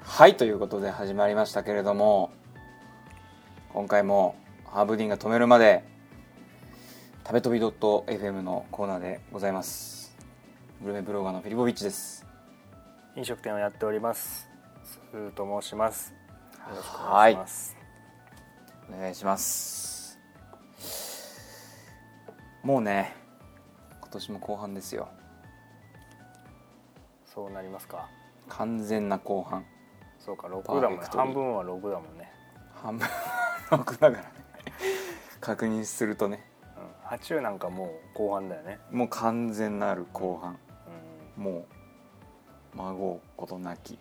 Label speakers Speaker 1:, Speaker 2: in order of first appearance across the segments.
Speaker 1: はいということで始まりましたけれども今回もハーブディンが止めるまで食べ飛び .fm のコーナーでございますグルメブロガーのフィリボビッチです
Speaker 2: 飲食店をやっておりますスーと申しますよろしくお
Speaker 1: は
Speaker 2: 願い
Speaker 1: い
Speaker 2: します
Speaker 1: お願いしますもうね今年も後半ですよ
Speaker 2: そうなりますか
Speaker 1: 完全な後半
Speaker 2: そう
Speaker 1: パ
Speaker 2: か
Speaker 1: ー
Speaker 2: 6
Speaker 1: フェ
Speaker 2: だもん
Speaker 1: ク
Speaker 2: ね
Speaker 1: ト
Speaker 2: 半分は6だもんね、
Speaker 1: 半分6だからね確認するとね
Speaker 2: うん、80なんかもう後半だよね
Speaker 1: もう完全なる後半
Speaker 2: うん
Speaker 1: もう孫うことなき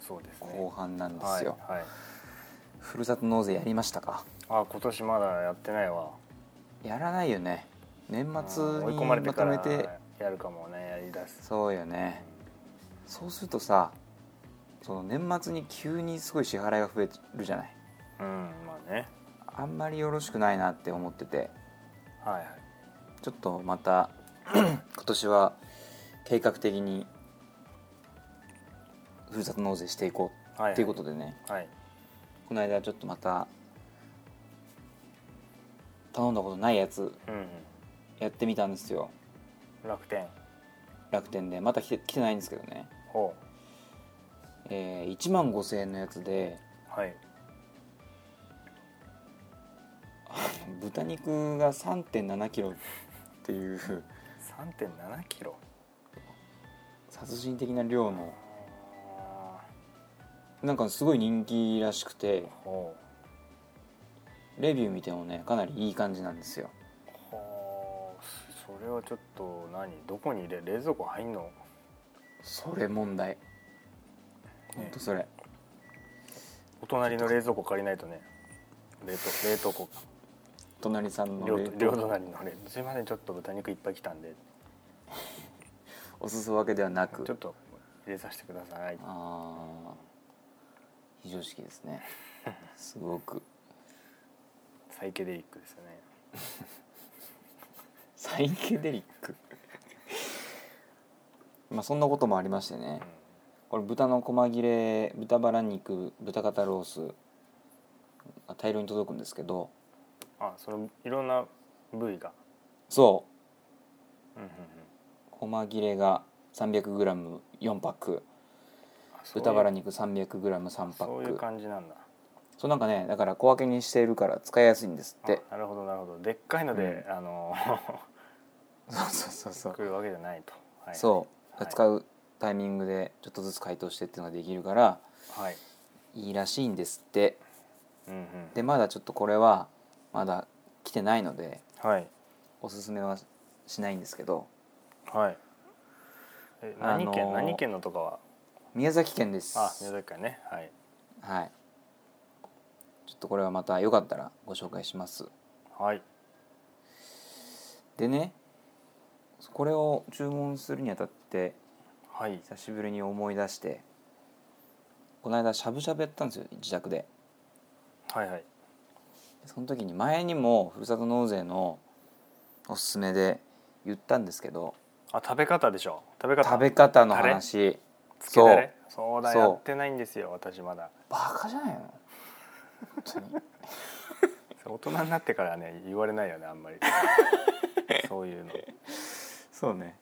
Speaker 2: そうですね
Speaker 1: 後半なんですよ、
Speaker 2: はい、はい、
Speaker 1: ふるさと納税やりましたか
Speaker 2: あ今年まだやってないわ
Speaker 1: やらないよね年末
Speaker 2: うん追い
Speaker 1: に
Speaker 2: 込まれて
Speaker 1: ま
Speaker 2: か
Speaker 1: とめ
Speaker 2: ら
Speaker 1: て
Speaker 2: やるかもねやりだす
Speaker 1: そうよねそうするとさその年末に急にすごい支払いが増えるじゃない
Speaker 2: うんまあね
Speaker 1: あんまりよろしくないなって思ってて
Speaker 2: はいはい
Speaker 1: ちょっとまた 今年は計画的にふるさと納税していこ
Speaker 2: は
Speaker 1: う
Speaker 2: い
Speaker 1: っていうことでね、
Speaker 2: はい
Speaker 1: この間ちょっとまた頼んだことないやつ
Speaker 2: うんうん
Speaker 1: やってみたんですよ
Speaker 2: 楽天
Speaker 1: 楽天でまた来て来てないんですけどね、
Speaker 2: ほ
Speaker 1: えー、1万5000円のやつで
Speaker 2: うはい
Speaker 1: 豚肉が3 7キロっていう
Speaker 2: 3.7キロ
Speaker 1: 殺人的な量の
Speaker 2: あ
Speaker 1: なんかすごい人気らしくて
Speaker 2: ーほう
Speaker 1: レビュー見てもねかなりいい感じなんですよ
Speaker 2: はあそれはちょっと何どこに入れ冷蔵庫入んの
Speaker 1: それ問題ほんとそれ
Speaker 2: お隣の冷蔵庫借りないとね冷凍冷凍庫
Speaker 1: 隣さんの
Speaker 2: 両
Speaker 1: 冷
Speaker 2: 両
Speaker 1: 凍
Speaker 2: 隣の冷すいませんちょっと豚肉いっぱい来たんで
Speaker 1: おすそ分けではなく
Speaker 2: ちょっと入れさせてください
Speaker 1: ああ非常識ですねすごく
Speaker 2: サイケデリックですよね
Speaker 1: サイケデリックまあそんなこともありましてねこれ豚の細切れ豚バラ肉豚肩ロースが大量に届くんですけど
Speaker 2: あそのいろんな部位が
Speaker 1: そ
Speaker 2: うんうん
Speaker 1: う
Speaker 2: うん
Speaker 1: 細切れが 300g4 パック
Speaker 2: あそういう
Speaker 1: 豚バラ肉 300g3 パック
Speaker 2: そういう感じなんだ
Speaker 1: そうなんかねだから小分けにしているから使いやすいんですっ
Speaker 2: あ
Speaker 1: て
Speaker 2: なるほどなるほどでっかいので、あの
Speaker 1: そうそうそうそう
Speaker 2: 食うわけじゃないと、はい、
Speaker 1: そう、
Speaker 2: はい
Speaker 1: 使うタイミングでちょっとずつ解凍してっていうのができるから
Speaker 2: はい
Speaker 1: いいらしいんですって
Speaker 2: うんうん
Speaker 1: でまだちょっとこれはまだ来てないので
Speaker 2: はい
Speaker 1: おすすめはしないんですけど
Speaker 2: はい。え
Speaker 1: あのー
Speaker 2: 何県、何県のとかは。
Speaker 1: 宮崎県です
Speaker 2: あ、宮崎県ね。はい。
Speaker 1: はいちょっとこれはまたよかったらご紹介します
Speaker 2: はい。
Speaker 1: でねこれを注文するにあたって
Speaker 2: はい。
Speaker 1: 久しぶりに思い出してこの間しゃぶしゃぶやったんですよ自宅で
Speaker 2: はいはい。
Speaker 1: その時に前にもふるさと納税のおすすめで言ったんですけど
Speaker 2: あ、食べ方でしょ食べ方。
Speaker 1: 食べ方の話
Speaker 2: つけだれ。そうだ、
Speaker 1: そう
Speaker 2: やってないんですよ。私まだ。
Speaker 1: バカじゃないの本当に
Speaker 2: 大人になってからね、言われないよね、あ んまり。そういうの。
Speaker 1: そうね、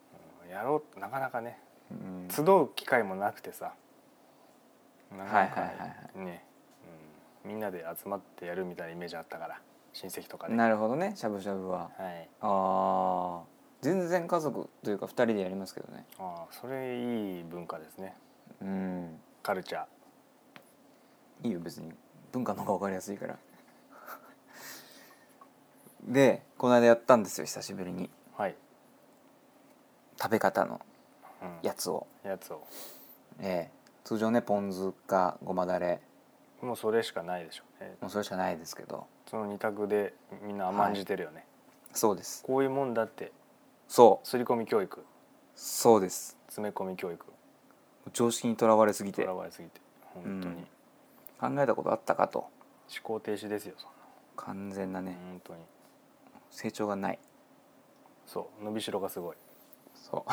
Speaker 2: やろう、なかなかね。
Speaker 1: うん、
Speaker 2: 集う機会もなくてさ。なかなか
Speaker 1: はいはいはいは
Speaker 2: ね。うん。みんなで集まってやるみたいなイメージあったから。親戚とかね。
Speaker 1: なるほどねしゃぶしゃぶは
Speaker 2: はい。
Speaker 1: あー全然家族というか2人でやりますけどね
Speaker 2: あー、それいい文化ですね。
Speaker 1: うん
Speaker 2: カルチャー。
Speaker 1: いいよ別に文化の方が分かりやすいから でこの間やったんですよ久しぶりに
Speaker 2: はい。
Speaker 1: 食べ方の
Speaker 2: うん
Speaker 1: やつを、
Speaker 2: やつを
Speaker 1: ええ通常ねポン酢かごまだれ
Speaker 2: もうそれしかないでしょうね
Speaker 1: もうそれしかないですけど
Speaker 2: その二択でみんな甘んじてるよね、
Speaker 1: そうです
Speaker 2: こういうもんだって
Speaker 1: そう
Speaker 2: 刷り込み教育
Speaker 1: そうです
Speaker 2: 詰め込み教育
Speaker 1: 常識にとらわれすぎ
Speaker 2: と
Speaker 1: て
Speaker 2: ら
Speaker 1: 考
Speaker 2: われすぎて本当に、
Speaker 1: うん
Speaker 2: 思
Speaker 1: えたことあったかと
Speaker 2: 考停止ですよそん
Speaker 1: 完全な
Speaker 2: な
Speaker 1: ね
Speaker 2: 本当に
Speaker 1: 成長がない
Speaker 2: そう伸びしろがすごい
Speaker 1: そう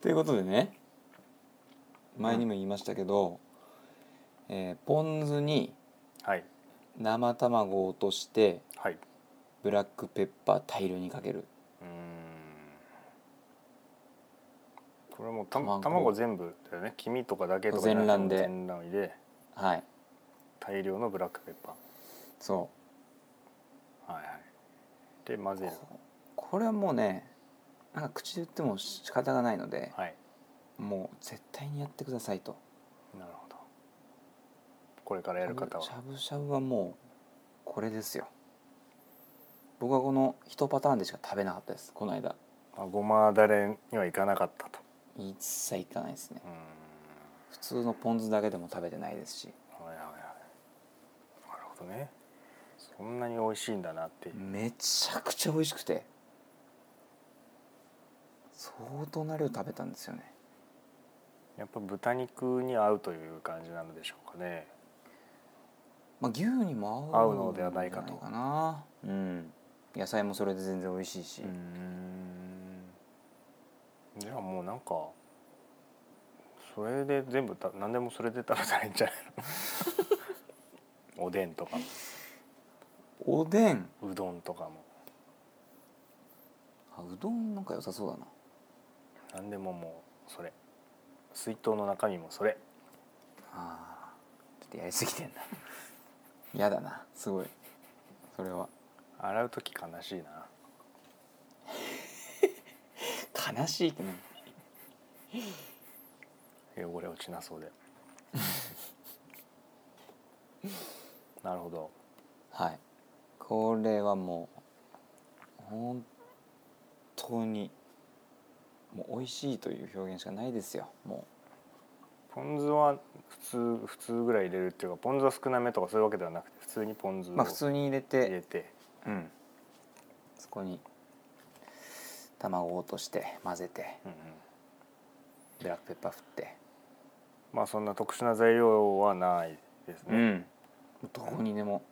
Speaker 1: ということでね前にも言いましたけど、えーポン酢に
Speaker 2: はい
Speaker 1: 生卵を落として
Speaker 2: はい
Speaker 1: ブラックペッパー大量にかける
Speaker 2: うーんこれはもうた
Speaker 1: 卵
Speaker 2: 卵卵全部だよね黄身とかだけとかじゃなく
Speaker 1: 全
Speaker 2: て
Speaker 1: 卵で
Speaker 2: 全卵入れ
Speaker 1: はい
Speaker 2: 大量のブラックペッパ
Speaker 1: そ
Speaker 2: ーはいはいで混ぜ
Speaker 1: う
Speaker 2: る
Speaker 1: これはもうねなんか口で言っても仕方がないので、
Speaker 2: はい
Speaker 1: もう絶対にやってくださいと
Speaker 2: なるほどこれからやる方は
Speaker 1: しゃぶしゃぶはもうこれですよ僕はこの一パターンでしか食べなかったですこの間
Speaker 2: あごまだれにはいかなかったと
Speaker 1: 一切いかないですね
Speaker 2: うーん
Speaker 1: 普通のポン酢だけでも食べてないですし
Speaker 2: はいはいはいなるほどねそんなに美味しいんだなっていう
Speaker 1: めちゃくちゃ美味しくて相当な量食べたんですよね
Speaker 2: やっぱ豚肉に合うという感じなのでしょうかね
Speaker 1: まあ牛にも合
Speaker 2: 合
Speaker 1: う
Speaker 2: うのではないかと
Speaker 1: んじゃないかなうん野菜もそれで全然美味しいし、
Speaker 2: うんじゃあもうなんかそれで全部た何でもそれで食べたらいいんじゃないのおでんとか
Speaker 1: おでん
Speaker 2: もうどんとかも
Speaker 1: あうどんなんか良さそうだな
Speaker 2: 何でももうそれ水筒の中身もそれ
Speaker 1: あーちょっとやりすぎ てんなやだなすごいそれは
Speaker 2: 洗う時悲しいな
Speaker 1: 悲しいってね
Speaker 2: 汚れ落ちなそ うでなるほど
Speaker 1: はいこれはもう本当にもう美味しいという表現しかないですよも
Speaker 2: ポン酢は普通普通ぐらい入れるっていうかポン酢は少なめとかそういうわけではなくて普通にポン酢
Speaker 1: う
Speaker 2: を
Speaker 1: まあ普通に入れ
Speaker 2: 入れ
Speaker 1: て、
Speaker 2: て
Speaker 1: うん、そこに卵を落として混ぜて
Speaker 2: うんうん、
Speaker 1: ブラックペッパー振って
Speaker 2: まあそんな特殊な材料はないですね、
Speaker 1: んどこにでも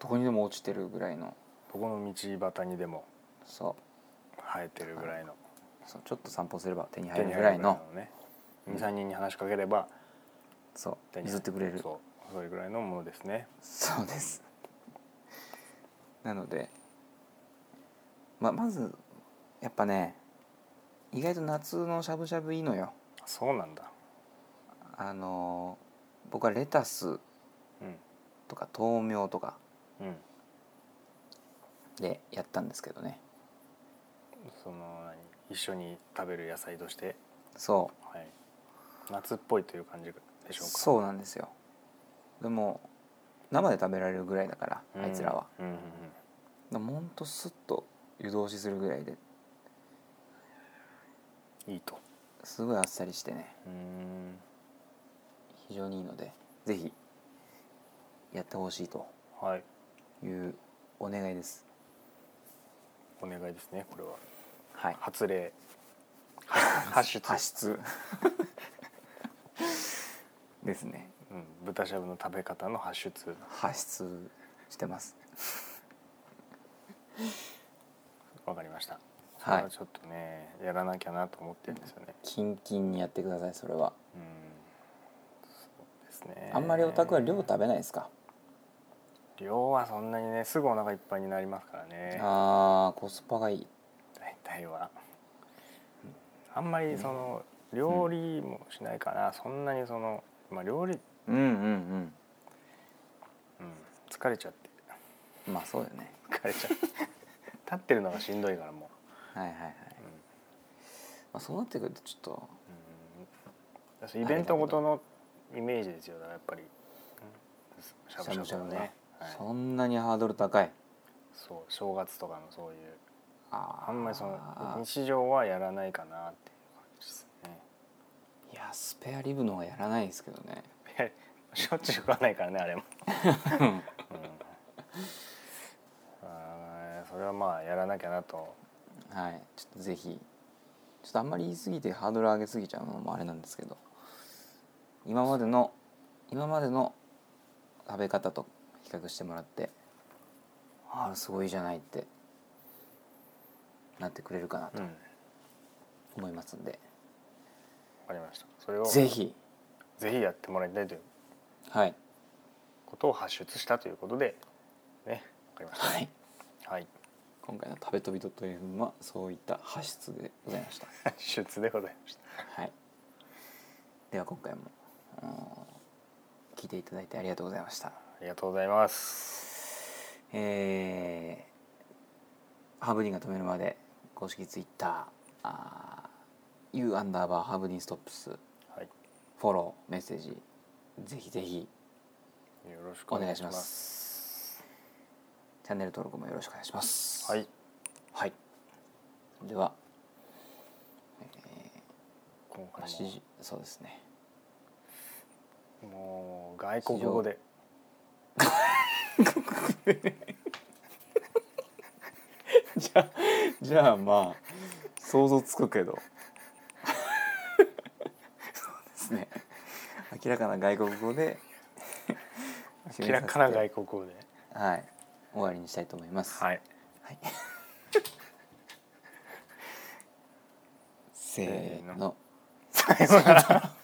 Speaker 1: どこにでも落ちてるぐらいの
Speaker 2: どこの道端にでも
Speaker 1: そう
Speaker 2: 生えてるぐらいの
Speaker 1: そうちょっと散歩すれば手に
Speaker 2: 手
Speaker 1: 入
Speaker 2: に
Speaker 1: る
Speaker 2: 入
Speaker 1: ぐ
Speaker 2: る
Speaker 1: らいの
Speaker 2: ね23人に話しかければ
Speaker 1: そ
Speaker 2: 手
Speaker 1: う
Speaker 2: に入
Speaker 1: 譲ってくれるそう
Speaker 2: そうそれぐらいのものですね
Speaker 1: ですなのでままずやっぱね意外と夏のしゃぶしゃぶいいのよ
Speaker 2: そうなんだ
Speaker 1: あのー僕はレタス
Speaker 2: う
Speaker 1: とか豆苗とか
Speaker 2: んうん
Speaker 1: でやったんですけどね
Speaker 2: その何一緒に食べる野菜として、
Speaker 1: そ
Speaker 2: はい、夏っぽいという感じで
Speaker 1: う
Speaker 2: しょうか
Speaker 1: そうなんですよでも生で食べられるぐらいだから、
Speaker 2: ん
Speaker 1: あいつらは
Speaker 2: うんうんうん
Speaker 1: でもほんとスッと湯通しするぐらいで
Speaker 2: いいと
Speaker 1: すごいあっさりしてね
Speaker 2: うーん
Speaker 1: 非常にいいのでぜひやってほしいと
Speaker 2: はい
Speaker 1: いうお願いです
Speaker 2: お願いですねこれは
Speaker 1: はい
Speaker 2: 発令発出
Speaker 1: 発出 ですね
Speaker 2: うん、豚しゃぶの食べ方の発出
Speaker 1: 発出してます
Speaker 2: わかりました
Speaker 1: は
Speaker 2: これ
Speaker 1: い
Speaker 2: ちょっとねやらなきゃなと思ってるんですよね
Speaker 1: キンキンにやってくださいそれは
Speaker 2: うんそうですね
Speaker 1: あんまりオタクは量食べないですか
Speaker 2: 量はそんなにねすぐお腹いっぱいになりますからね
Speaker 1: あーコスパがいい
Speaker 2: 大体はあんまりその料理もしないから、そんなにそのまあ料理、
Speaker 1: うんうん
Speaker 2: うん、疲れちゃって
Speaker 1: うんまあそうよね
Speaker 2: 疲れちゃって立ってるのがしんどいからも
Speaker 1: はいはいはい、
Speaker 2: う、うん
Speaker 1: まあ、そうなってくるとちょっと
Speaker 2: うんだしイベントごとのイメージですよだからやっぱりうんしゃぶしゃぶはねはい
Speaker 1: そんなにハードル高い
Speaker 2: そう正月とかのそういう
Speaker 1: あー
Speaker 2: あんまりその日常はやらないかなっていう感じですね
Speaker 1: いやスペアリブの方がやらないですけどね
Speaker 2: しょっちゅう食わないからねあれも、
Speaker 1: うん
Speaker 2: うんあーそれはまあやらなきゃなと
Speaker 1: はいちょっとぜひちょっとあんまり言い過ぎてハードル上げすぎちゃうのもあれなんですけど今までの今までの食べ方と比較してもらってああすごいじゃないってなってくれるかなと
Speaker 2: うんわ
Speaker 1: 思いますんで、
Speaker 2: かりましたそれを
Speaker 1: ぜひ
Speaker 2: ぜひやってもらいたいという
Speaker 1: はい
Speaker 2: ことを発出したということでねわかりました、
Speaker 1: はい
Speaker 2: はい、
Speaker 1: 今回の「食べ飛び .fm」はそういった発出でございました
Speaker 2: 発出でございました
Speaker 1: はい、では今回もあの聞いていただいてありがとうございました、
Speaker 2: ありがとうございます
Speaker 1: えーハーブディンが止めるまで公式ツイッターあー U アンダーバーハーブディンストップス
Speaker 2: はいよ
Speaker 1: フォローメッセージぜひぜひ
Speaker 2: ろしく
Speaker 1: お願いしますチャンネル登録もよろしくお願いします
Speaker 2: はい
Speaker 1: はい、では
Speaker 2: 今回
Speaker 1: 8時そうですね
Speaker 2: ももう外国語で
Speaker 1: じゃあ じゃあまあ想像つくけ どそうですね明らかな外国語 で
Speaker 2: 明らかな外国語で
Speaker 1: はい終わりにしたいと思います、
Speaker 2: はい
Speaker 1: せーの
Speaker 2: さようなら